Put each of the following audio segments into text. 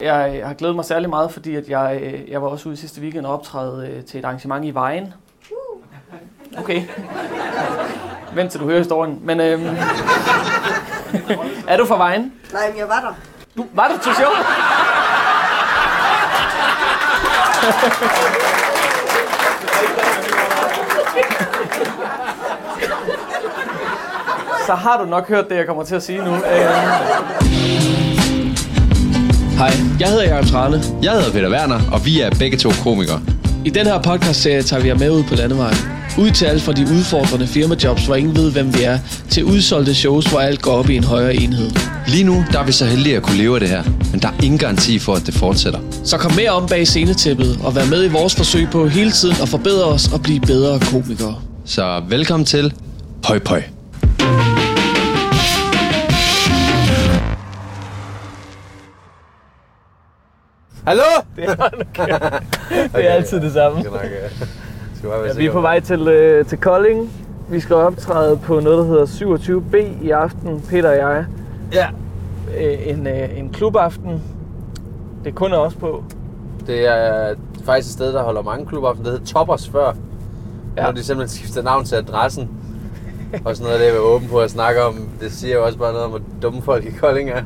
Jeg øh, har glædet mig særlig meget, fordi at jeg, øh, jeg var også ude sidste weekend og optræde øh, til et arrangement i Vejen. Okay. Vent til du hører historien. Men øhm, er du fra Vejen? Nej, men jeg var der. Du, var du til show? Så har du nok hørt det, jeg kommer til at sige nu. Øh, Hej, jeg hedder Jacob Trane. Jeg hedder Peter Werner, og vi er begge to komikere. I den her podcastserie tager vi jer med ud på landevejen. Ud til alt fra de udfordrende firmajobs, hvor ingen ved, hvem vi er, til udsolgte shows, hvor alt går op i en højere enhed. Lige nu der er vi så heldige at kunne leve af det her, men der er ingen garanti for, at det fortsætter. Så kom mere om bag scenetæppet og vær med i vores forsøg på hele tiden at forbedre os og blive bedre komikere. Så velkommen til Pøj Pøj. Hallo? Det er altid det samme. Det er nok, øh, skal bare være Vi er sikker på på. vej til, øh, til Kolding. Vi skal optræde på noget, der hedder 27B i aften, Peter og jeg. Ja. Øh, en, øh, en klubaften. Det er kun os på. Det er faktisk et sted, der holder mange klubber op. Det hed Toppers før. Ja. Ja. Når de simpelthen skiftede navn til adressen. Og sådan noget, det er vi åben på at snakke om. Det siger jo også bare noget om, hvor dumme folk i Kolding er.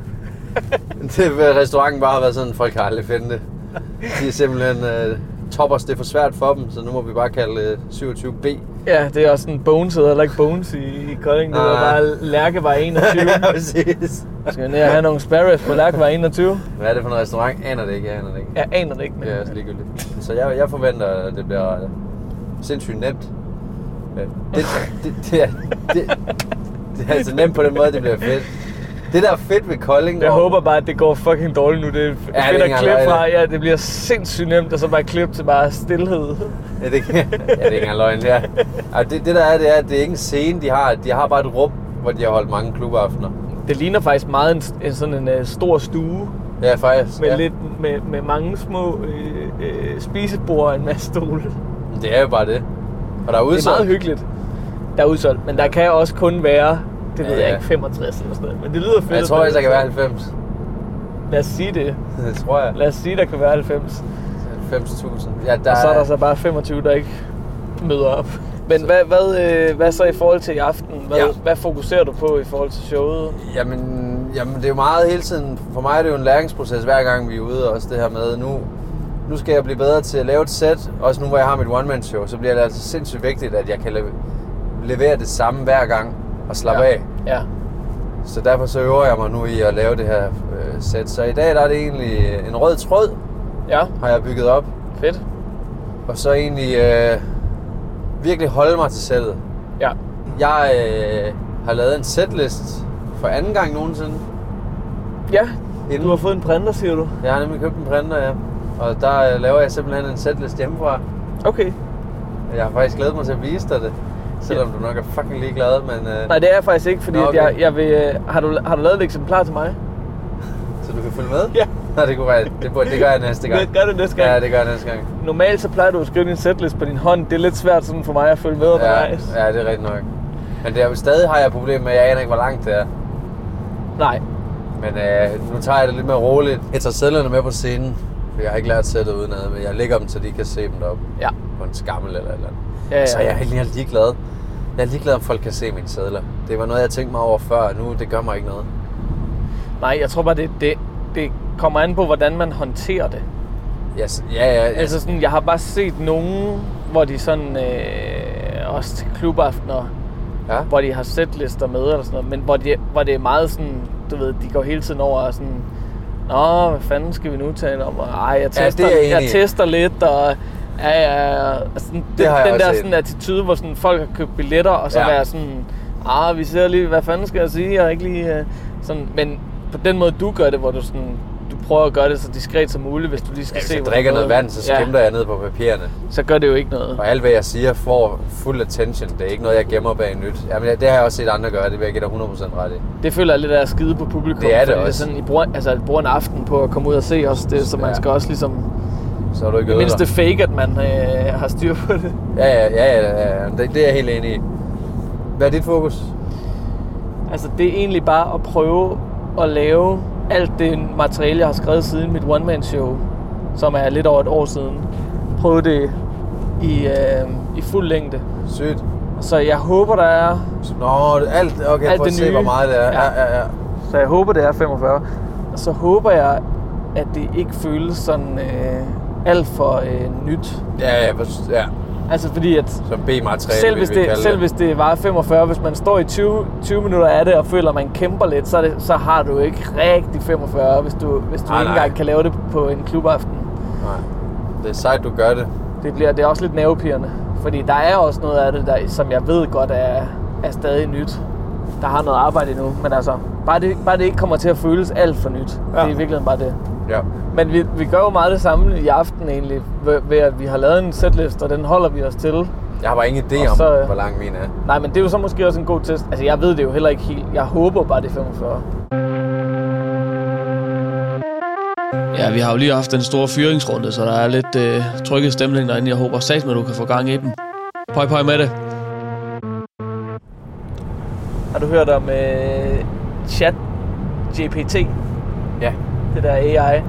det er, hvad restauranten bare har været sådan, folk har aldrig finde det. De er simpelthen øh, toppers, det er for svært for dem, så nu må vi bare kalde øh, 27B. Ja, det er også en Bones, der heller ikke Bones i, i Kolding. Det er Nej. bare Lærkevej 21. ja, præcis. Skal jeg ned og have nogle spare ribs på Lærkevej 21? Hvad er det for en restaurant? Aner det ikke, jeg aner det ikke. Jeg aner det ikke, men Det er også ligegyldigt. Så jeg, jeg forventer, at det bliver øh, sindssygt nemt. Øh, Det, det, det, er, det, det er altså nemt på den måde, det bliver fedt. Det, der er fedt ved Kolding... jeg og- håber bare, at det går fucking dårligt nu. Det er fedt det er ikke at engang klippe løgn. fra. Ja, det bliver sindssygt nemt, og så bare klippe til bare stillhed. Ja, det, kan- ja, det er ikke engang løgn, det er. Ej, det, det, der er, det er, at det er ikke en scene, de har. De har bare et rum, hvor de har holdt mange klubaftener. Det ligner faktisk meget en, en sådan en uh, stor stue Ja, faktisk. med ja. ja. lidt med, med mange små øh, øh, spisebord og en masse stole. Det er jo bare det. Og der er Det er udsolgt. meget hyggeligt. Der er udsolgt, men der kan også kun være, det ved Ja, ja. jeg ja. ikke, 65 eller sådan noget. Men det lyder fedt. Men jeg at tror der- faktisk, der kan være 90. Lad os sige det. Det tror jeg. Lad os sige, der kan være 90. 90.000. Ja, der Og så er der så bare 25, der ikke møder op. Men hvad, hvad, øh, hvad så i forhold til i aften? Hvad, Ja. ja. hvad fokuserer du på i forhold til showet? Jamen, jamen, det er jo meget hele tiden. For mig er det jo en læringsproces, hver gang vi er ude. Også det her med, nu, nu skal jeg blive bedre til at lave et sæt. Også nu, hvor jeg har mit one-man-show, så bliver det altså sindssygt vigtigt, at jeg kan leve, levere det samme hver gang og slappe ja. af. Ja. Så derfor så øver jeg mig nu i at lave det her øh, sæt. Så i dag der er det egentlig øh, en rød tråd, Ja, har jeg bygget op. fedt. Og så egentlig øh, virkelig holde mig til sættet. Ja. Jeg øh, har lavet en setlist for anden gang nogensinde. Ja, Inden- du har fået en printer, siger du. Jeg har nemlig købt en printer, ja. Og der øh, laver jeg simpelthen en setlist hjemmefra. Okay. Jeg har faktisk glædet mig til at vise dig det. Selvom du nok er fucking ligeglad, men... Øh, Nej, det er jeg faktisk ikke, fordi Nå, Nå, okay. okay. jeg, jeg vil, øh, har, du, har du lavet et eksemplar til mig? Så du kan følge med? Ja. Nej, det, kunne være, det, burde, det gør jeg næste gang. Det gør du næste gang. Ja, det gør jeg næste gang. Normalt så plejer du at skrive din sætlist på din hånd. Det er lidt svært sådan for mig at følge med Ja, undervejs. ja, det er rigtigt nok. Men det er, jo- stadig har jeg problemer med, at jeg aner ikke, hvor langt det er. Nej. Men øh, nu tager jeg det lidt mere roligt. Jeg tager sædlerne med på scenen. For jeg har ikke lært sættet udenad, men jeg lægger dem, så de kan se dem deroppe. Ja. På en skammel eller et eller andet. Ja, ja. Så jeg er helt helt ligeglad. Jeg er ligeglad, om folk kan se mine sædler. Det var noget, jeg tænkte mig over før, og nu det gør mig ikke noget. Nej, jeg tror bare, det, det, det kommer an på, hvordan man håndterer det. Jeg, s- ja, ja, ja. Altså sådan, jeg har bare set nogen, hvor de sådan, øh, også til klubaftener, ja. hvor de har sætlister med eller sådan noget, men hvor, de, hvor det er meget sådan, du ved, de går hele tiden over og sådan, Nå, hvad fanden skal vi nu tale om? Og, Ej, jeg Ja, det er tester, jeg jeg, enig i." jeg tester lidt, og ja, ja, ja. Og sådan, Det den, har jeg den også der set. sådan attitude, hvor sådan, folk har købt billetter, og så Ja. ja. være sådan, ah, vi ser lige, hvad fanden skal jeg sige, jeg er ikke lige... øh," sådan, men på den måde, du gør det, hvor du sådan, du prøver at gøre det så diskret som muligt, hvis du lige skal Hvis se... jeg hvor drikker noget noget- vand, så skimter ja. jeg ned på papirerne. Så gør det jo ikke noget. Og alt hvad jeg siger får fuld attention. Det er ikke noget, jeg gemmer bag nyt. Jamen, det har jeg også set andre gøre, det vil jeg give dig 100% ret i. Det føler jeg lidt af at skide på publikum. Det er det fordi også. Sådan, I bruger, altså, I bruger en aften på at komme ud og se os, det, så man Ja. ja. skal også ligesom... Så har du ikke Det øvet mindste dig. fake, at man øh, har styr på det. Ja, ja, ja, ja, ja. Det, det er jeg helt enig i. Hvad er dit fokus? Altså, det er egentlig bare at prøve at lave alt det materiale, jeg har skrevet siden mit one-man-show, som er lidt over et år siden, prøvet det i, øh, i fuld længde. Sygt. Så jeg håber, der er... Nå, alt, okay, Alt for at det se, nye. hvor meget det er. Ja. Ja, ja, ja. Så jeg håber, det er 45. Og så håber jeg, at det ikke føles sådan øh, alt for øh, nyt. Ja, ja, for- ja. Altså fordi, at Som B-materiale, selv vil hvis, vi det, kalde selv hvis det var 45, hvis man står i 20, 20 minutter af det og føler, at man kæmper lidt, så, er det, så har du ikke rigtig 45, hvis du, hvis du Nej, nej, ikke nej. engang kan lave det på en klubaften. Nej. Det er sejt, du gør det. Det, bliver, det er også lidt nervepirrende, fordi der er også noget af det, der, som jeg ved godt er, er stadig nyt. Der har noget arbejde endnu, men altså, bare det, bare det ikke kommer til at føles alt for nyt. Ja. Det er i virkeligheden bare det. Ja. Men vi, vi gør jo meget det samme i aften egentlig, ved, ved at vi har lavet en setlist, og den holder vi os til. Jeg har bare ingen idé Og om, så, øh, hvor lang min er. Nej, men det er jo så måske også en god test. Altså, jeg ved det jo heller ikke helt. Jeg håber bare, det er 45. Ja, vi har jo lige haft den store fyringsrunde, så der er lidt øh, trykket stemning derinde. Jeg håber sagt, at du kan få gang i den. Pøj, pøj med det. Har du hørt om øh, chat GPT, Ja. det der AI? Ja.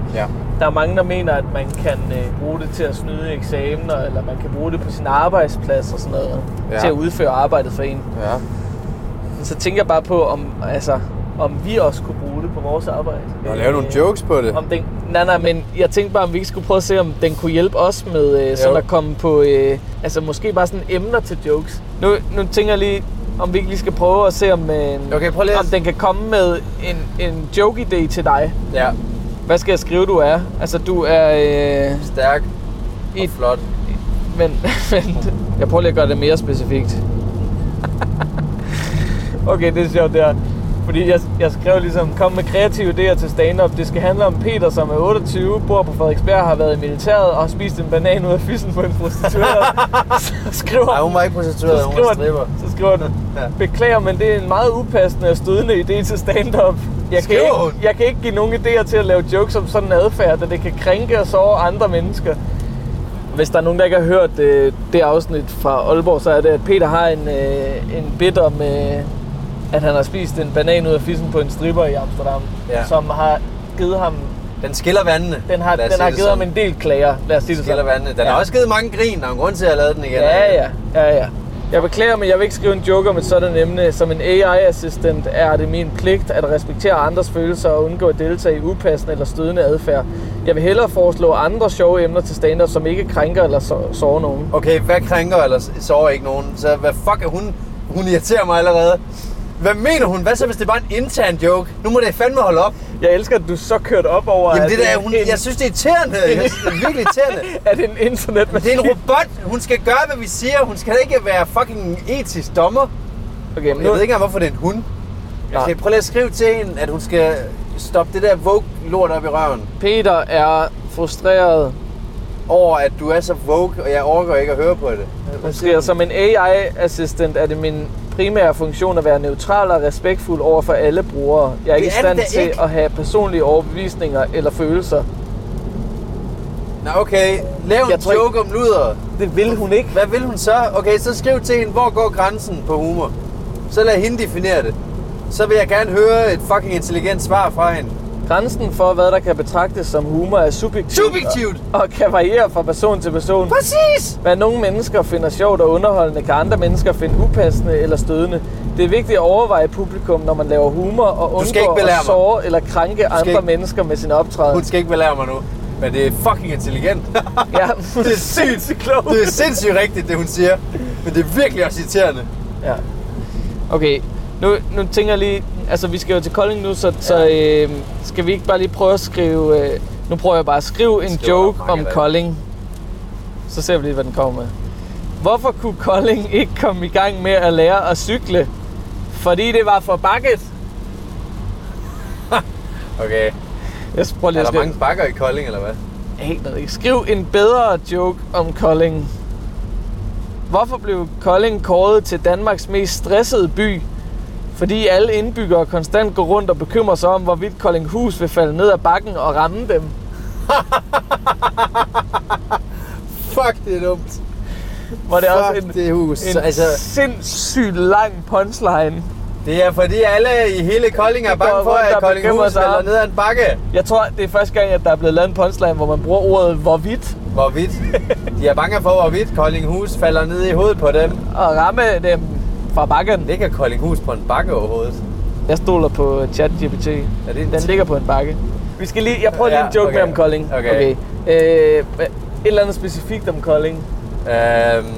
Der er mange, der mener, at man kan øh, bruge det til at snyde i eksamener, eller man kan bruge det på sin arbejdsplads og sådan noget, ja. Ja. til at udføre arbejdet for en. Ja. Men så tænker jeg bare på, om, altså, om vi også kunne bruge det på vores arbejde. Og lave nogle Øh, jokes på det. Om den, nej, nej, men jeg tænkte bare, om vi ikke skulle prøve at se, om den kunne hjælpe os med øh, sådan Jo. at komme på, øh, altså måske bare sådan emner til jokes. Nu, nu tænker jeg lige, om vi ikke lige skal prøve at se, om, øh, Okay, prøv lige at- om den kan komme med en, en joke-idé til dig. Ja. Hvad skal jeg skrive, du er? Altså, du er... Øh, Stærk og Et- flot. men, vent. Jeg prøver lige at gøre det mere specifikt. okay, det er sjovt der. Fordi jeg, jeg skrev ligesom, kom med kreative idéer til stand-up. Det skal handle om Peter, som er 28, bor på Frederiksberg, har været i militæret og har spist en banan ud af fyssen på en prostitueret. så Nej, skriver hun var ikke prostitueret, så hun var skriver, stripper. den, så skriver den, beklager, men det er en meget upassende og stødende idé til stand-up. Jeg kan, Skriver hun? ikke, jeg kan ikke give nogen idéer til at lave jokes om sådan en adfærd, da det kan krænke og såre andre mennesker. Hvis der er nogen, der ikke har hørt øh, det afsnit fra Aalborg, så er det, at Peter har en, øh, en bit om, øh, at han har spist en banan ud af fissen på en stripper i Amsterdam, Ja. som har givet ham, Den skiller vandene. den har, Lad os den sige har det givet ham sådan. en del klager, lad os sige Den det skiller sådan. vandene. Den har også givet mange grin, og en grund til, at jeg lavede den igen. Ja, ja, ja, ja. Jeg beklager, men jeg vil ikke skrive en joke om et sådan emne. Som en AI-assistent er det min pligt at respektere andres følelser og undgå at deltage i upassende eller stødende adfærd. Jeg vil hellere foreslå andre sjove emner til stand som ikke krænker eller så- sårer nogen. Okay, hvad krænker eller sover ikke nogen? Så hvad fuck er hun? Hun irriterer mig allerede. Hvad mener hun? Hvad så, hvis det var en intern joke? Nu må det fandme holde op. Jeg elsker, at du så kørt op over, Jamen, at, det der, hun, en, jeg synes, det er irriterende. Jeg synes, det er virkelig irriterende. at en Det er en internetmaskine... robot. Hun skal gøre, hvad vi siger. Hun skal da ikke være fucking etisk dommer. Okay, men Jeg nu, ved ikke engang, hvorfor det er en hund. Jeg skal prøve lige at skrive til hende, at hun skal stoppe det der vogue-lort op i røven. Peter er frustreret Over, at du er så vogue, og jeg overgår ikke at høre på det. Hun skriver, som en AI-assistent er det min primære funktion at være neutral og respektfuld over for alle brugere. Jeg er ikke i Det er det stand da til ikke. at have personlige overbevisninger eller følelser. Nå, okay. Lav en Jeg tror joke om luder. Det vil hun ikke. Hvad vil hun så? Okay, så skriv til hende, hvor går grænsen på humor? Så lad hende definere det. Så vil jeg gerne høre et fucking intelligent svar fra hende. Grænsen for, hvad der kan betragtes som humor, er subjektivt, Subjektivt! og kan variere fra person til person. Præcis! Hvad nogle mennesker finder sjovt og underholdende, kan andre mennesker finde upassende eller stødende. Det er vigtigt at overveje publikum, når man laver humor, og Du skal undgå ikke belære at mig. såre eller krænke andre ikke- mennesker med sin optræden. Hun skal ikke belære mig nu, men det er fucking intelligent. Ja, hun det er sindssygt klogt. Det er sindssygt rigtigt, det hun siger. Men det er virkelig også irriterende. Ja. Okay, nu, nu tænker jeg lige... Altså, vi skal jo til Kolding nu, så, ja. så øh, skal vi ikke bare lige prøve at skrive... Øh, nu prøver jeg bare at skrive en Skriver joke der mange om af dem. Kolding. Så ser vi lige, hvad den kommer med. Hvorfor kunne Kolding ikke komme i gang med at lære at cykle? Fordi det var for bakket. Okay. Jeg s- prøver lige Er at der skrive. mange bakker i Kolding, eller hvad? Jeg aner det ikke. Skriv en bedre joke om Kolding. Hvorfor blev Kolding kåret til Danmarks mest stressede by? Fordi alle indbyggere konstant går rundt og bekymrer sig om, hvorvidt Koldinghus vil falde ned ad bakken og ramme dem. Fuck, det er dumt. Hvor det er også Fuck, en, det er hus. en altså, sindssygt lang punchline. det Det er fordi alle i hele Kolding er Det bange går for, rundt at og Kolding bekymrer Hus sig. falder ned ad en bakke. Jeg tror, det er første gang, at der er blevet lavet en punchline, hvor man bruger ordet hvorvidt Hvorvidt. De er bange for, hvorvidt Kolding Hus falder ned i hovedet på dem. og ramme dem fra bakken. Ligger Kolding Hus på en bakke overhovedet? Jeg stoler på ChatGPT. Er det en Den ti- ligger på en bakke. Vi skal lige, jeg prøver lige Ja, en joke okay. med om Kolding. Okay. Øh, hva- et eller andet specifikt om Kolding. Øhm,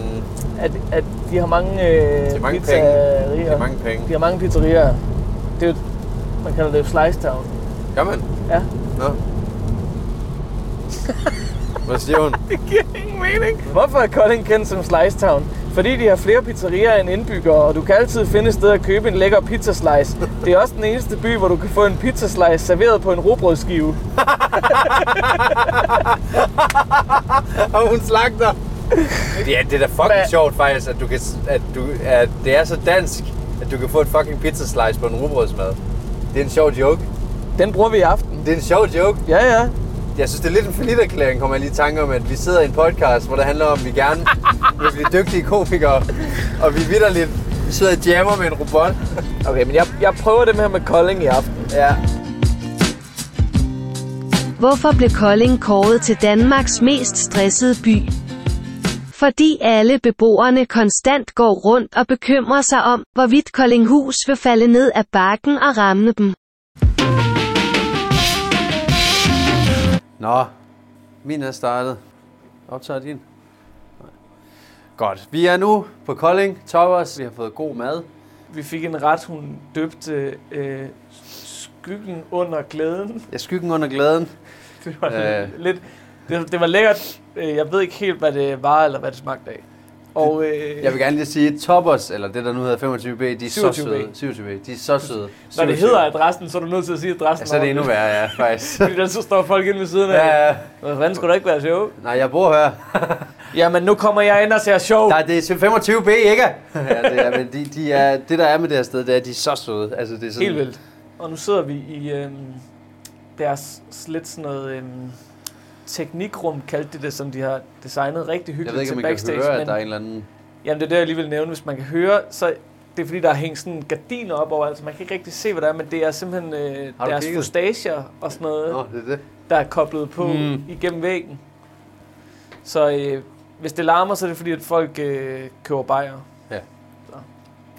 At, at de har mange, øh, Det er mange pizzerier. penge. Det er mange penge. De har mange pizzerier. Det er jo, man kalder det jo Slice Town. gør man? Ja. Nå. Hvad siger hun? Det giver ingen mening. Hvorfor er Kolding kendt som Slice Town? Fordi de har flere pizzerier end indbyggere, og du kan altid finde et sted at købe en lækker pizzaslice. Det er også den eneste by, hvor du kan få en pizzaslice serveret på en robrødsskive. Og hun slagter. Ja, det er da fucking Hvad? sjovt faktisk, at, du kan, at, du, at det er så dansk, at du kan få et fucking pizzaslice på en rugbrødsmad. Det er en sjov joke. Den bruger vi i aften. Det er en sjov joke. Ja, ja. Jeg synes, det er lidt en forlitterklæring, kommer jeg lige i tanke om, at vi sidder i en podcast, hvor det handler om, at vi gerne vil blive dygtige komikere, og vi vidderligt sidder og jammer med en robot. Okay, men jeg, jeg prøver det her med Kolding i aften. Ja. Hvorfor blev Kolding kåret til Danmarks mest stressede by? Fordi alle beboerne konstant går rundt og bekymrer sig om, hvorvidt Koldinghus vil falde ned af bakken og ramme dem. Nå, min er startet. Optager din? Nej. Godt. Vi er nu på Kolding Towers. Vi har fået god mad. Vi fik en ret, hun døbte øh, skyggen under glæden. Jeg skyggen under glæden. Det var Ja. øh. lidt, det, det var lækkert. Øh, Jeg ved ikke helt, hvad det var, eller hvad det smagte af. Og, øh, Jeg vil gerne lige sige, Toppers, eller det der nu hedder 25B, de er så 27B. søde. 27B. De er så søde. når det hedder altså? adressen, så er du nødt til at sige adressen. Ja, så er det endnu ordentligt. værre, ja, faktisk. Fordi der så står folk inde ved siden af. ja, Hvad fanden skulle der ikke være sjov? nej, jeg bor her. Jamen, nu kommer jeg ind og ser sjov. Nej, det er 25B, ikke? ja, det er, men de, de er, det der er med det her sted, det er, at de er så søde. Altså, det er sådan, Helt vildt. Og nu sidder vi i øhm, deres lidt sådan noget øhm, teknikrum, kaldte de det, som de har designet rigtig Jeg hyggeligt ved ikke, til om man kan backstage. høre, men, at der er en eller anden... Jamen, det er det, jeg lige vil nævne, hvis man kan høre, så det er fordi, der er hængt sådan gardiner op over, altså man kan ikke rigtig se, hvad der er, men det er simpelthen øh, Har du deres kigget? fustager og sådan noget, Nå, det er det. der er koblet på Mm. mm. igennem væggen. Så øh, hvis det larmer, så er det fordi, at folk øh, køber bajer. Hmm.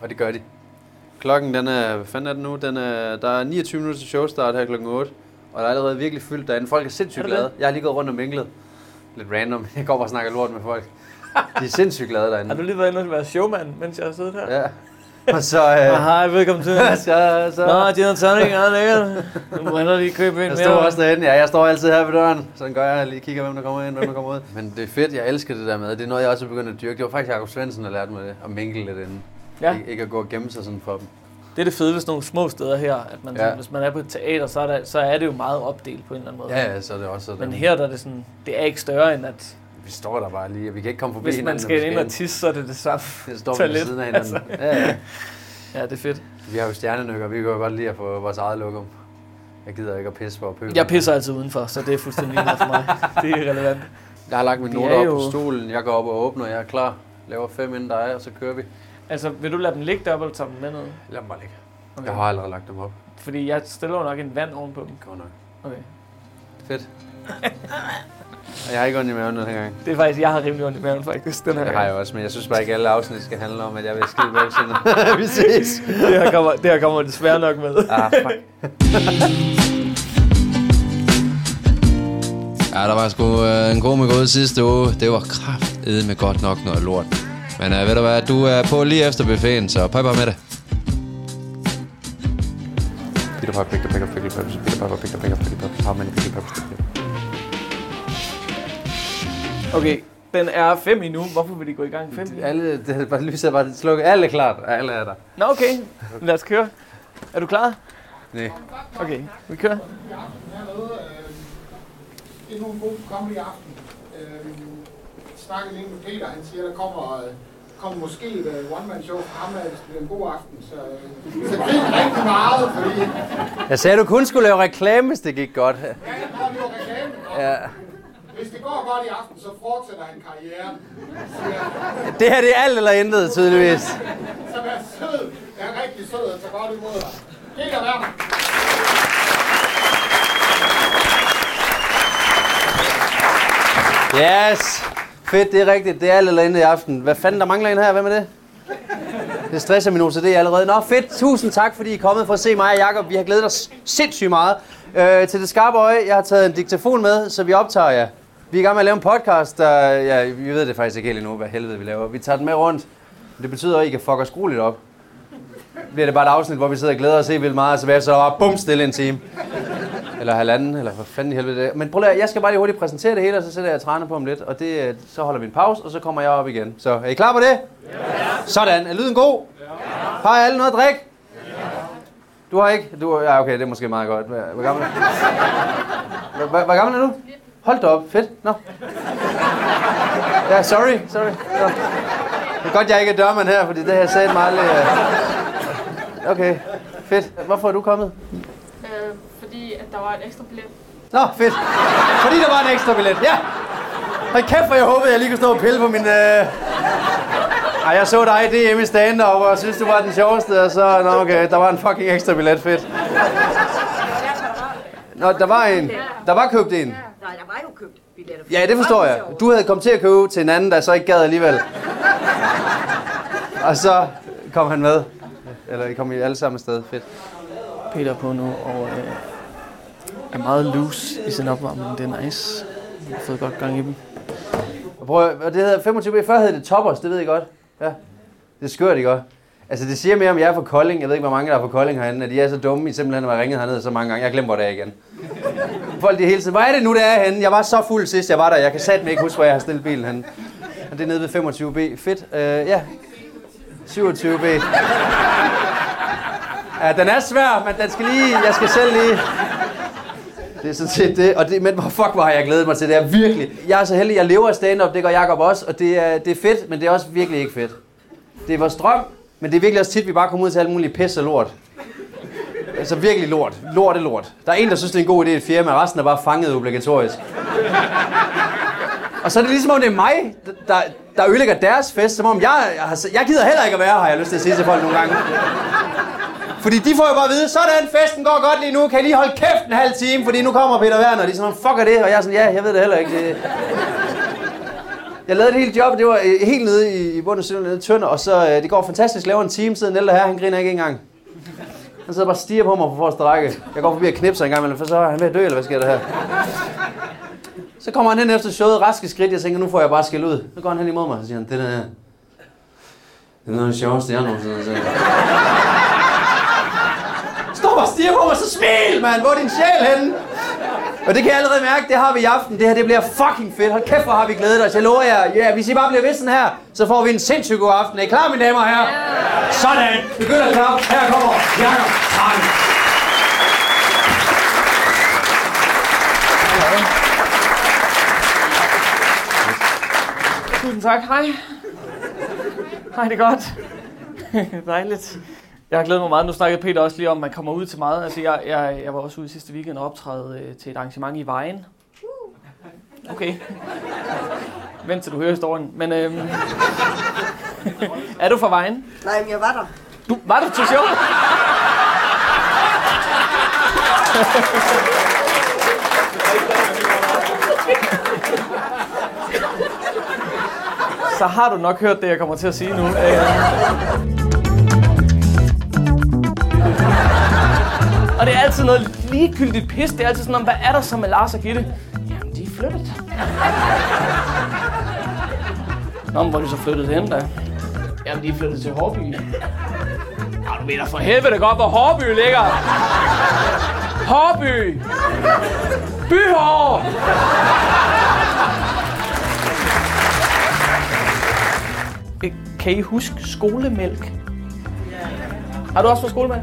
Og det gør de. Klokken, den er... Hvad fanden er den nu? Den er, der er 29 minutter til showstart her klokken 8. Og der er allerede virkelig fyldt derinde. Folk er sindssygt Er det glade. Jeg har lige gået rundt og minglet. Lidt random. Jeg går bare og snakker lort med folk. De er sindssygt glade Har du derinde. lige været inde og være showman, mens jeg har siddet her? Ah, Ja. Og så... Øh, Hej, velkommen til. så, så, Nå, gin og tonic, ja, lækkert. Nu må jeg lige købe en Jeg mere. står også derinde. Ja, jeg står altid her ved døren. Sådan gør jeg. jeg. Lige kigger, hvem der kommer ind, hvem der kommer ud. Men det er fedt. Jeg elsker det der med. Det er noget, jeg også er begyndt at dyrke. Det var faktisk Jacob Svendsen, der lærte mig det. At mingle lidt inden. Ja. Ik- ikke at gå og gemme sig sådan for dem. Det er det fede ved sådan nogle små steder her, at man, Ja. ja. hvis man er på et teater, så er, der, så er det jo meget opdelt på en eller anden måde. Ja, ja, så er det også sådan. Men her der er det sådan, det er ikke større end, at Vi står der bare lige, og vi kan ikke komme forbi hvis man hinanden. skal ind og tisse, så er det det samme så står vi ved toilet. siden af hinanden. Altså. Ja, ja. Ja, det er fedt. Vi har jo stjernenykker, vi kan jo godt lide at få vores eget lokum. Jeg gider ikke at pisse på pøbel. Jeg pisser altid udenfor, så det er fuldstændig ligeglad for mig. Det er irrelevant. jeg har lagt min Vi noter er op jo- på stolen, jeg går op og åbner, jeg er klar. Laver fem inden dig, og så kører vi. Altså, vil du lade dem ligge deroppe, eller tage dem med ned? Lad mig bare ligge. Okay. Okay. Jeg har allerede lagt dem op. Fordi jeg stiller jo nok en vand ovenpå dem. Godt nok. Okay. Fedt. Og jeg har ikke ondt i maven den her gang. Det er faktisk, jeg har rimelig ondt i maven faktisk, den her Det har jeg også, men jeg synes bare ikke, alle afsnit skal handle om, at jeg vil skide velsindet. vi ses. Det her kommer, det her kommer desværre nok med. Ah, fuck. Ja, der var sgu øh, en komiker ude sidste uge. Det var kraftedme godt nok noget lort. Men øh, ved du hvad, du er på lige efter buffeten, så pøj bare med det. Peter Piper, Pickle Pickle Pickle Pips. Peter Piper, Pickle Pickle Pickle Pips. How many Pickle Pips? Okay, den er 5 endnu. Hvorfor vil de gå i gang 5 Alle, det, bare, lyset er bare slukket. Alt er klart. Alle er der. Nå, okay. Lad os køre. Er du klar? Nej. Okay, vi kører. Jeg har lavet øh, endnu en god comedy aften. Øh, snakket lige med Peter, han siger, der kommer, øh, kommer måske et øh, one-man-show fra ham, at det bliver en god aften. Så, øh, så griner rigtig meget, fordi Jeg sagde, du kun skulle lave reklame, hvis det gik godt. ja, han har jo reklame. Og Ja. hvis det går godt i aften, så fortsætter han karrieren. Så, Det her det er alt eller intet, tydeligvis. så vær sød. Jeg er rigtig sød og tager godt imod dig. Peter Werner. Yes! Fedt, det er rigtigt. Det er alle derinde i aften. Hvad fanden, der mangler en her? Hvem er det? Det stresser min OCD allerede. Nå, fedt. Tusind tak, fordi I er kommet for at se mig og Jacob. Vi har glædet os sindssygt meget. Øh, til det skarpe øje, jeg har taget en diktafon med, så vi optager jer. Vi er i gang med at lave en podcast, der... Ja, vi ved det faktisk ikke helt endnu, hvad helvede vi laver. Vi tager den med rundt. Men Det betyder, at I kan fuck og skrue lidt op. Bliver det bare et afsnit, hvor vi sidder og glæder os helt vildt meget, og så bliver jeg så bare bum stille en time. Eller halvanden, eller hvad fanden i helvede det er. Men prøv lige, at- jeg skal bare lige hurtigt præsentere det hele, og så sætter jeg træne på om lidt. Og det, øh, så holder vi en pause, og så kommer jeg op igen. Så er I klar på det? Ja. Sådan. Er lyden god? Ja. Har alle noget at drikke? Ja. Du har ikke? Du, ja, okay, det er måske meget godt. Hvor, hvor gammel er du? Hvor, hvor gammel er du? Hold da op. Fedt. Nå. Ja, sorry. Sorry. Nå. Det er godt, jeg ikke er dørmand her, fordi det her sagde meget... øh, Okay. Fedt. Hvorfor er du kommet? Øh, fordi at der var en ekstra billet. Nå, fedt. Fordi der var en ekstra billet. Ja. Hold kæft, for jeg håbede, jeg lige kunne stå og pille på min... Øh... Ej, jeg så dig i DM i stand og jeg synes, du var den sjoveste, og så... Nå, okay, der var en fucking ekstra billet. Fedt. Nå, der var en. Der var købt en. Nej, der var jo købt billetter. Ja, det forstår jeg. Du havde kommet til at købe til en anden, der så ikke gad alligevel. Og så kom han med. Eller I kom I alle sammen afsted. Fedt. Peter på nu, og øh, er meget loose i sin opvarmning. Det er nice. Jeg har fået godt gang i dem. Og Prøv, at- og det hedder 25B. Før hed det Toppers, det ved I godt. Ja. Det er skørt, ikke godt? Altså, det siger mere om, jeg er fra Kolding. Jeg ved ikke, hvor mange der er fra Kolding herinde, at de er så dumme, I simpelthen har ringet hernede så mange gange. Jeg glemmer, hvor det er igen. Folk, de hele tiden, hvor er det nu, det er henne? Jeg var så fuld sidst, jeg var der. Jeg kan satme ikke huske, hvor jeg har stillet bilen henne. Og det er nede ved 25B. Fedt. Øh, ja. 27B. Ja, den er svær, men den skal lige... Jeg skal selv lige... Det er sådan set det, og det, men hvor fuck var jeg glædet mig til det her, virkelig. Jeg er så heldig, jeg lever af stand-up, det gør Jacob også, og det er, det er fedt, men det er også virkelig ikke fedt. Det er vores drøm, men det er virkelig også tit, vi bare kommer ud til alt muligt pis og lort. Altså virkelig lort. Lort er lort. Der er en, der synes, det er en god idé i et firma, og resten er bare fanget obligatorisk. Og så er det ligesom om det er mig, der, der ødelægger deres fest, som om jeg, jeg, har- jeg gider heller ikke at være her, har jeg lyst til at sige til folk nogle gange. Fordi de får jo bare at vide, sådan, festen går godt lige nu, kan I lige holde kæft en halv time, fordi nu kommer Peter Werner, og de er sådan, fuck er det, og jeg er sådan, ja, jeg ved det heller ikke. Det- Jeg lavede et helt job, det var øh, helt nede i, i bunden af Sønderland, nede i Tønder, og så, øh, det går fantastisk, laver en time siden, ældre her, han griner ikke engang. Han sidder bare og stiger på mig på forreste række. Jeg går forbi og knipser en gang imellem, for så er han ved at dø, eller hvad sker der her? Så kommer han hen efter showet, raske skridt, jeg tænker, nu får jeg bare skæld ud. Så går han hen imod mig, og siger han, det der, det er noget af det sjoveste, jeg nogensinde har set. Stop og stiger på mig, så smil, mand! Hvor er din sjæl henne? Og det kan jeg allerede mærke, det har vi i aften. Det her, det bliver fucking fedt. Hold kæft, hvor har vi glædet os. Jeg lover jer, ja, hvis I bare bliver ved sådan her, så får vi en sindssygt god aften. Er I klar, mine damer og herrer? Sådan. Begynder at klappe. Her kommer Jakob Trange. Tusind tak. Hej. Hej, det er godt. Dejligt. Jeg har glædet mig meget. Nu snakkede Peter også lige om, at man kommer ud til meget. Altså, jeg, jeg, jeg var også ude sidste weekend og optræde øh, til et arrangement i Vejen. Okay. Vent til du hører historien. Men øhm, er du fra Vejen? Nej, men jeg var der. Du, var du til show? Så har du nok hørt det, jeg kommer til at sige nu. Øh. Og det er altid noget ligegyldigt pis. Det er altid sådan, om, hvad er der så med Lars og Gitte? Jamen, de er flyttet. Nå, men hvor er de så flyttet hen, da? Jamen, de er flyttet til Hårby. Ja, du mener for helvede godt, hvor Hårby ligger. Hårby. Byhår. Øh, Kan I huske skolemælk? Har du også fået skolemælk?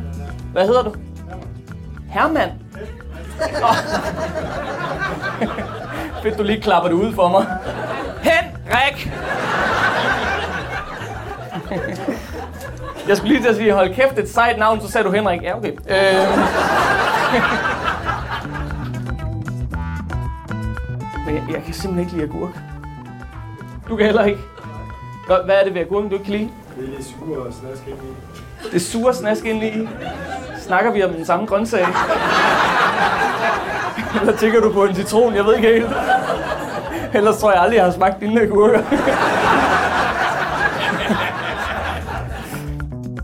Hvad hedder du? Herman. Åh. Fedt, du lige klapper det ud for mig. Henrik! Jeg skulle lige til at sige, hold kæft, et sejt navn, så sagde du Henrik. Ja, okay. Øh. Men jeg, jeg kan simpelthen ikke lide agurk. Du kan heller ikke. Hva- Hvad er det ved agurken, du ikke kan lide? Det er lidt sur og snask ind i. det sure snask ind i. Snakker vi om den samme grøntsag? Eller tænker du på en citron? Jeg ved ikke helt. Ellers tror jeg aldrig, jeg har smagt dine agurker.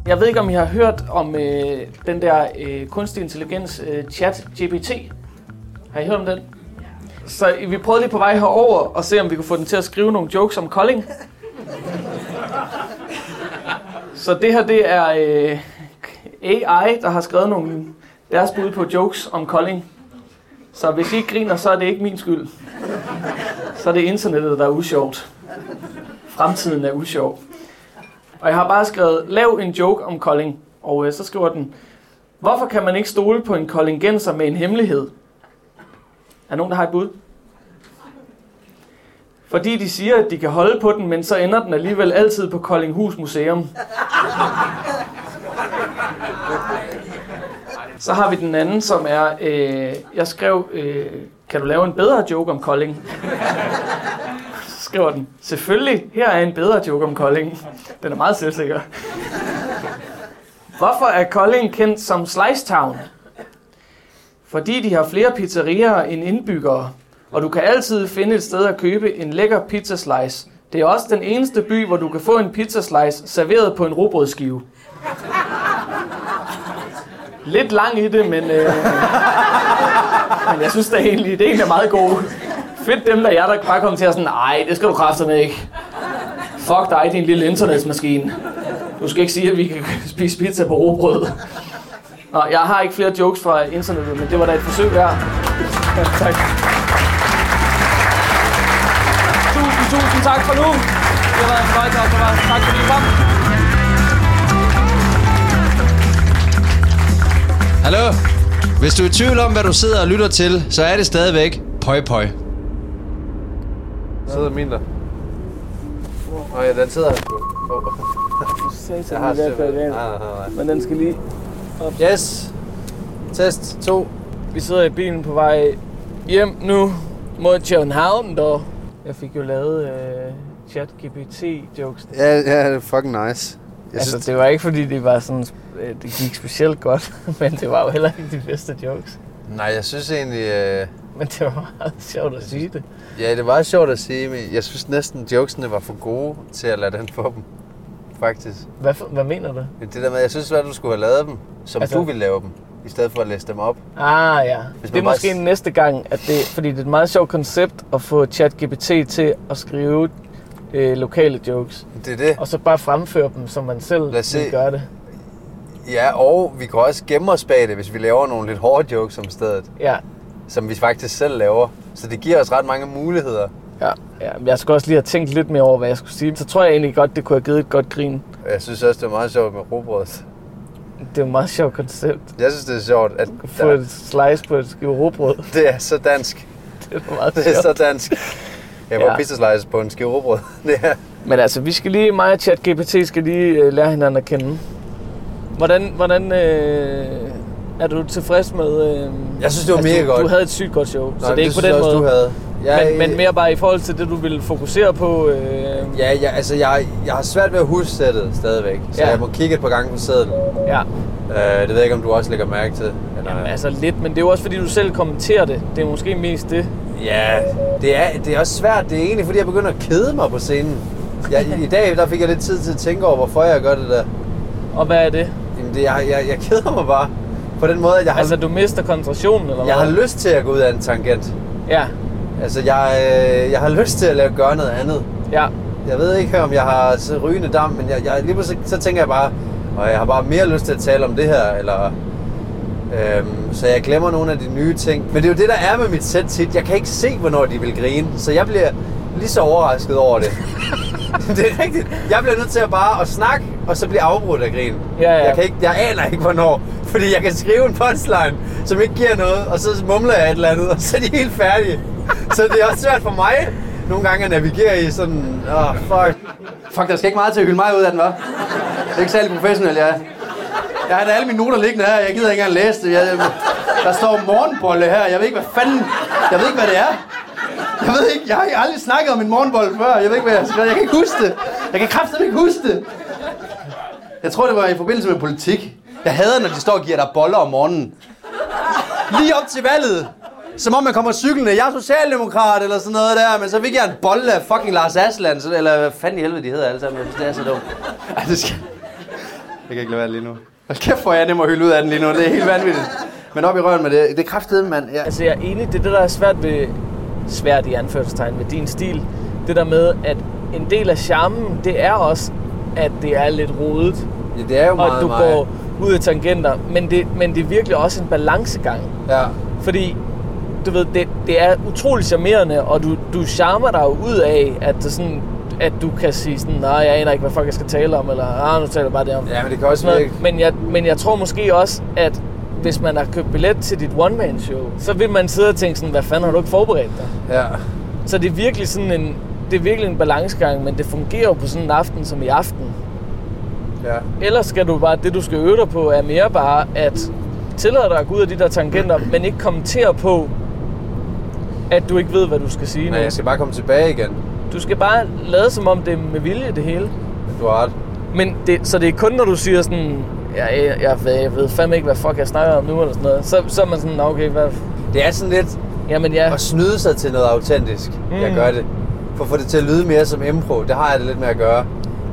Jeg ved ikke, om I har hørt om øh, den der øh, kunstig intelligens øh, chat GPT. Har I hørt om den? Så øh, vi prøvede lige på vej herover og se, om vi kunne få den til at skrive nogle jokes om Kolding. Så det her, det er øh, AI, der har skrevet nogle deres bud på jokes om Kolding. Så hvis I ikke griner, så er det ikke min skyld. Så er det internettet, der er usjovt. Fremtiden er usjov. Og jeg har bare skrevet, lav en joke om Kolding. Og øh, så skriver den, hvorfor kan man ikke stole på en koldingenser med en hemmelighed? Er nogen, der har et bud? Fordi de siger, at de kan holde på den, men så ender den alligevel altid på Koldinghus Museum. Så har vi den anden, som er, øh, jeg skrev, øh, kan du lave en bedre joke om Kolding? Så skriver den, selvfølgelig, her er en bedre joke om Kolding. Den er meget selvsikker. Hvorfor er Kolding kendt som Slice Town? Fordi de har flere pizzerier end indbyggere, og du kan altid finde et sted at købe en lækker pizzaslice. Det er også den eneste by, hvor du kan få en pizzaslice serveret på en rugbrødsskive. Lidt lang i det, men, øh, men jeg synes da egentlig, ideen er meget god. Fedt dem, der jeg der bare kom til at sådan, nej, det skal du kraftedeme ikke. Fuck dig, din lille internetsmaskine. Du skal ikke sige, at vi kan spise pizza på rugbrød. Nå, jeg har ikke flere jokes fra internettet, men det var da et forsøg værd. Ja, tak. Tusind, tusind tak for nu. Det har været en fornøjelse at være. Tak fordi I kom. Hallo? Hvis du er i tvivl om, hvad du sidder og lytter til, så er det stadigvæk Pøj Pøj. Sidder min der. Nå ja, den sidder her sgu. Åh, jeg har simpelthen. Nej, nej, nej. Men den skal lige... Yes. Test 2. Vi sidder i bilen på vej hjem nu mod København, og jeg fik jo lavet øh, chat-GPT-jokes. Ja, ja, det er fucking nice. Jeg Altså, det var ikke fordi, det var sådan, øh, det gik specielt godt, men det var jo heller ikke de bedste jokes. Nej, jeg synes egentlig... Øh, Men det var meget sjovt at sige det. ja, det var sjovt at sige, men jeg synes næsten, jokesene var for gode til at lade den få dem. Faktisk. Hvad, for, hvad mener du? Men Det der med, jeg synes, at du skulle have lavet dem, som Altså- altså... du ville lave dem, i stedet for at læse dem op. Ah ja, det Hvis er man bare måske s- næste gang, at det, fordi det er et meget sjovt koncept at få ChatGPT til at skrive øh, lokale jokes, Det er det. og så bare fremføre dem, som man selv Lad os vil se. gøre det. Ja, og vi kan også gemme os bag det, hvis vi laver nogle lidt hårde jokes om stedet, Ja, som vi faktisk selv laver. Så det giver os ret mange muligheder. ja, ja. Men jeg skulle også lige have tænkt lidt mere over, hvad jeg skulle sige. Så tror jeg egentlig godt, det kunne have givet et godt grin. Og jeg synes også, det er meget sjovt med robrød. Det er jo et meget sjovt koncept. Jeg synes, det er sjovt, at At få der, et slice på et skive råbrød. det er så dansk. Det er meget Det er sjovt. så dansk. Jeg var Ja. ja. pizzaslice på en skive robrød. Det er Men altså, vi skal lige, mig og ChatGPT skal lige øh, lære hinanden at kende. Hvordan, hvordan øh, er du tilfreds med... Øh, Jeg synes, det var mega du, godt. Du havde et sygt godt show, så Nå, det er ikke synes på den jeg måde. Også, du havde. Jeg, Men, men mere bare i forhold til det, du ville fokusere på. Øh, Ja, ja altså, jeg, jeg har svært ved at huske sættet stadigvæk. Så Ja. ja. jeg må kigge et par gange på sædet. ja. Øh, det ved jeg ikke, om du også lægger mærke til. Eller... Jamen, altså lidt, men det er jo også fordi, du selv kommenterer det. Det er måske mest det. Ja, det er, det er også svært. Det er egentlig, fordi jeg begynder at kede mig på scenen. Jeg, I dag der fik jeg lidt tid til at tænke over, hvorfor jeg gør det der. Og hvad er det? Jamen, det, jeg, jeg, jeg keder mig bare på den måde, at jeg har, Altså, du mister koncentrationen, eller jeg hvad? har lyst til at gå ud af en tangent. Ja, Altså, jeg, øh, jeg har lyst til at lave, gøre noget andet. ja. Jeg ved ikke, om jeg har så rygende dam, men jeg, jeg, lige pludselig så tænker jeg bare, og jeg har bare mere lyst til at tale om det her, eller... Øhm, så jeg glemmer nogle af de nye ting. Men det er jo det, der er med mit sæt tit. Jeg kan ikke se, hvornår de vil grine, så jeg bliver lige så overrasket over det. det er rigtigt. Jeg bliver nødt til at bare at snakke, og så blive afbrudt af grin. Ja, ja. Jeg, kan ikke, jeg aner ikke, hvornår. Fordi jeg kan skrive en punchline, som ikke giver noget, og så mumler jeg et eller andet, og så er de helt færdige. Så det er også svært for mig nogle gange at navigere i sådan... Åh, oh, fuck. Fuck, der skal ikke meget til at hylde mig ud af den, var. Det er ikke særlig professionelt, jeg er. Jeg har da alle mine noter liggende her, jeg gider ikke engang læse det. Jeg, der står morgenbolle her, jeg ved ikke, hvad fanden... Jeg ved ikke, hvad det er. Jeg ved ikke, jeg har ikke- aldrig snakket om en morgenbolle før. Jeg ved ikke, hvad jeg har skrevet. Jeg kan ikke huske det. Jeg kan kraftedeme ikke huske det. Jeg tror, det var i forbindelse med politik. Jeg hader, når de står og giver dig boller om morgenen. Lige op til valget. Som om man kommer cyklende. Jeg er socialdemokrat eller sådan noget der, men så fik jeg en bolle af fucking Lars Asland. så- Eller hvad fanden i helvede de hedder alle sammen. Jeg synes, det er så dumt. Ej, det skal... Jeg kan ikke lade være lige nu. Hold kæft, hvor er jeg nem at hylde ud af den lige nu. Det er helt vanvittigt. Men op i røven med det. Det er kraftedeme, mand. Jeg... Altså, jeg er enig, det er det, der er svært ved, svært i anførselstegn ved din stil. Det der med, at en del af charmen, det er også, at det er lidt rodet. Ja, det er jo Og at meget du mig. går ud af tangenter. Men det, men det er virkelig også en balancegang. Ja. Fordi, du ved, det, det er utrolig charmerende, og du, du charmer dig jo ud af, at, det sådan, at du kan sige sådan, nej, jeg aner ikke, hvad folk jeg skal tale om, eller ah, nu taler jeg bare det om. ja, men det kan også Sådan virke. noget. Men, jeg, men jeg tror måske også, at hvis man har købt billet til dit one-man-show, så vil man sidde og tænke sådan, hvad fanden har du ikke forberedt dig? Ja. Så det er virkelig sådan en, det er virkelig en balancegang, men det fungerer jo på sådan en aften som i aften. ja. Ellers skal du bare, det du skal øve dig på, er mere bare at tillade dig at gå ud af de der tangenter, men ikke kommentere på, at du ikke ved, hvad du skal sige. Nej, Nej, jeg skal bare komme tilbage igen. Du skal bare lade som om, det er med vilje det hele. Du har ret. Men det, så det er kun, når du siger sådan, jeg, jeg, jeg, ved, jeg ved fandme ikke, hvad fuck jeg snakker om nu, eller sådan noget. Så, så er man sådan, "Nå, okay, hvad? Det er sådan lidt Jamen ja, at snyde sig til noget autentisk. Mm. Jeg gør det. For at få det til at lyde mere som impro, det har jeg det lidt med at gøre.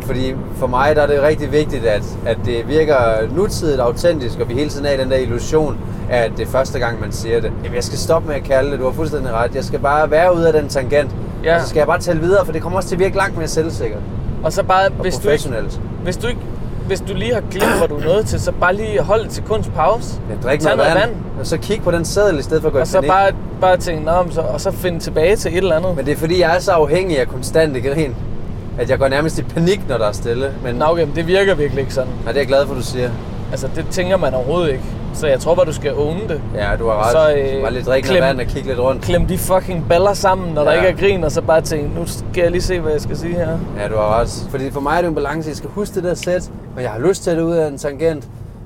Fordi for mig der er det rigtig vigtigt, at, at det virker nutidigt autentisk, og vi hele tiden er i den der illusion af, at det er første gang, man siger det. Jamen, jeg skal stoppe med at kalde det, du har fuldstændig ret. Jeg skal bare være ude af den tangent, Ja. og så skal jeg bare tale videre, for det kommer også til at virke langt mere selvsikkert og så bare, og hvis du, ikke, professionelt. hvis, du ikke, hvis du lige har glemt, hvad du er nået til, så bare lige hold et sekunds pause. Ja, drik Tag noget vand, og så kig på den seddel i stedet for at gå i Og så panik. bare, bare tænke, Nå, men så, og så finde tilbage til et eller andet. Men, Men det er fordi, jeg er så afhængig af konstante grin, at jeg går nærmest i panik, når der er stille. Men Nå, okay, men det virker virkelig ikke sådan. Nej, det er jeg glad for, du siger. Altså, det tænker man overhovedet ikke. Så jeg tror bare, du skal own det. Ja, du har ret. Så, Så, øh, øh, bare lige drikke klem- noget vand og kigge lidt rundt. Klem de fucking baller sammen, når ja. der Ja. ikke er grin, og så bare tænke, nu skal jeg lige se, hvad jeg skal sige her. Ja, du har ret. Fordi for mig er det en balance. Jeg skal huske det der sæt, men jeg har lyst til det ud af en tangent.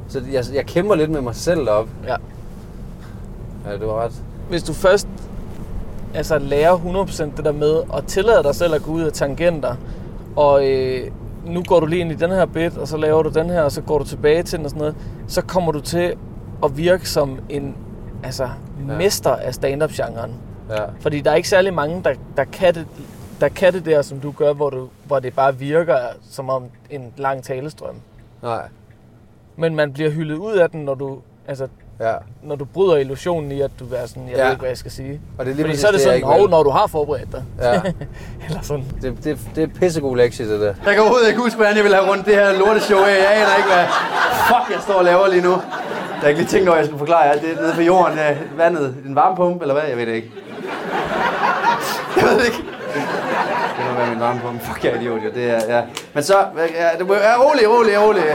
Så jeg, jeg kæmper lidt med mig selv op. Ja. Ja, du har ret. hvis du først altså, lærer 100% det der med at tillade dig selv at gå ud af tangenter, og øh, nu går du lige ind i den her bit, og så laver du den her, og så går du tilbage til den og sådan noget, så kommer du til at virke som en altså, ja. Ja. mester af stand-up-genren. Ja. Fordi der er ikke særlig mange, der, der, kan det, der kan det der, som du gør, hvor, du, hvor det bare virker som om en lang talestrøm. Nej. Men man bliver hyldet ud af den, når du, altså, Ja. når du bryder illusionen i, at du er sådan, jeg ja. Ja. ved ikke, hvad jeg skal sige. Og det er lige Fordi præcis så er det det, sådan, jeg ikke vil. hov, når du har forberedt dig. Ja. Eller sådan. Det, det, det er pissegod lektie, det der. Jeg kan overhovedet ikke huske, hvordan jeg vil have rundt det her lorteshow af. Jeg aner ikke, hvad fuck jeg står og laver lige nu. Jeg har ikke lige tænkt over, at jeg skulle forklare jer. Det er nede på jorden, øh, vandet. En varmepumpe, eller hvad? Jeg ved det ikke. Jeg ved det ikke. Det må være min varmepumpe. Fuck, jeg er idiot, jo. Det er, ja. Men så, øh, ja, det må, ja, rolig, rolig, rolig.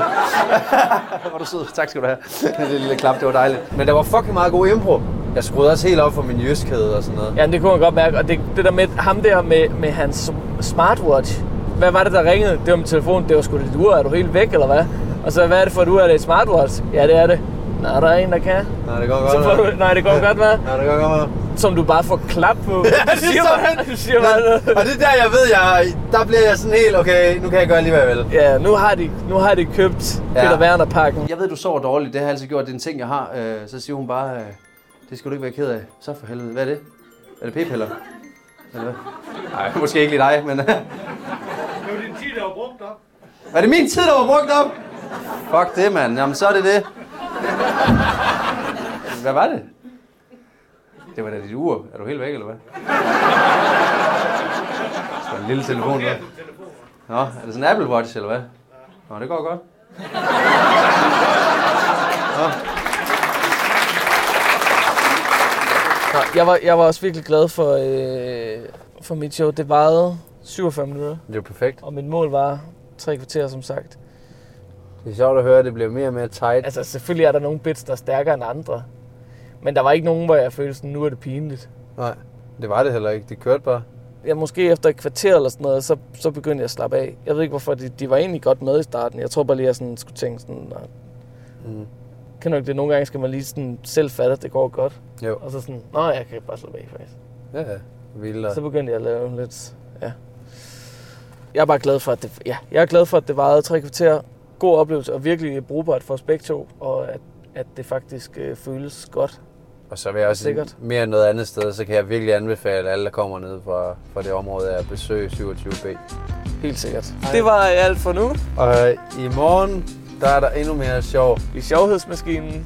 Hvor er du sød. Tak skal du have. Det lille, lille klap, det var dejligt. Men der var fucking meget god impro. Jeg skruede også helt op for min jyskhed og sådan noget. Ja, det kunne man godt mærke. Og det, det der med ham der med, med hans smartwatch. Hvad var det, der ringede? Det var min telefon. Det var sgu dit ur. Er du helt væk, eller hvad? Og så, hvad er det for et ur? Er det et smartwatch? Ja, det er det. Nej, der er en, der kan. Nej, det går godt. Så får du, hva'? nej, det går godt, hvad? Nej, det går godt. hva'? Som du bare får klap på. Ja, Du det er siger bare, du siger bare sådan. Og noget. det er der, jeg ved, jeg, der bliver jeg sådan helt, okay, nu kan jeg gøre lige, hvad jeg vil. Ja, nu har de, nu har de købt Ja. Peter Werner-pakken. Jeg ved, du sover dårligt, det har jeg altid gjort, det er en ting, jeg har. Øh, så siger hun bare, øh, det skal du ikke være ked af. Så for helvede, hvad er det? Er det p-piller? Eller hvad? Nej, måske ikke lige dig, men... det var din tid, der var brugt op. Var det min tid, der var brugt op? Fuck det, mand. Jamen, så er det det. Hvad var det? Det var da dit ur. Er du helt væk, eller hvad? Det var en lille telefon, hvad? Nå, er det sådan en Apple Watch, eller hvad? Nå, det går godt. Nej, jeg var, jeg var også virkelig glad for, øh, for mit show. Det varede 47 minutter, Det er jo perfekt. og mit mål var tre kvarter, som sagt. Det er sjovt at høre, at det bliver mere og mere tight. Altså, selvfølgelig er der nogle bits, der er stærkere end andre. Men der var ikke nogen, hvor jeg følte sådan, nu er det pinligt. Nej, det var det heller ikke. Det kørte bare. Jeg måske efter et kvarter eller sådan noget, så, så begyndte jeg at slappe af. Jeg ved ikke, hvorfor de, de var egentlig godt med i starten. Jeg tror bare lige, at jeg sådan, skulle tænke sådan, at, mm. Mm. kan nok det nogle gange, skal man lige sådan selv fatte, at det går godt. Jo. Og så sådan, nå, jeg kan bare slappe af faktisk. Ja, vildere. Så begyndte jeg at lave lidt, ja. Jeg er bare glad for, at det, ja, jeg er glad for, at det varede tre kvarter, god oplevelse og virkelig brugbart for os begge to, og at, at det faktisk øh, føles godt. Og så vil jeg også Sikkert. Sikkert. mere end noget andet sted, så kan jeg virkelig anbefale alle, der kommer ned fra, fra det område, at besøge 27B. Helt sikkert. Ej. Det var alt for nu Og øh, i morgen, der er der endnu mere sjov. i sjovhedsmaskinen.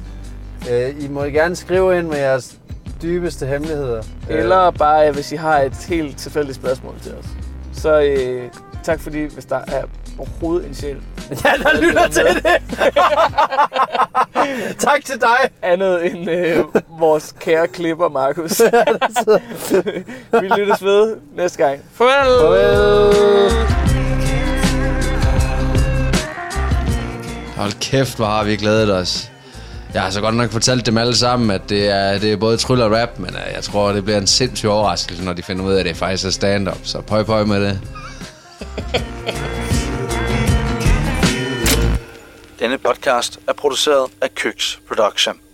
Øh, I må gerne skrive ind med jeres dybeste hemmeligheder. Øh, Eller bare, øh, hvis I har et helt tilfældigt spørgsmål til os. Så øh, tak fordi, hvis der er overhovedet en sjæl. Ja, der lytter til det! tak til dig! Andet end øh, vores kære klipper, Markus. Vi lyttes ved næste gang. Farvel! Farvel. Hold kæft, hvor har vi glædet os. Jeg har så godt nok fortalt dem alle sammen, at det er, det er både tryll og rap, men øh, jeg tror, det bliver en sindssyg overraskelse, når de finder ud af, at det faktisk er stand-up. Så pøj pøj med det. Denne podcast er produceret af Køks Production.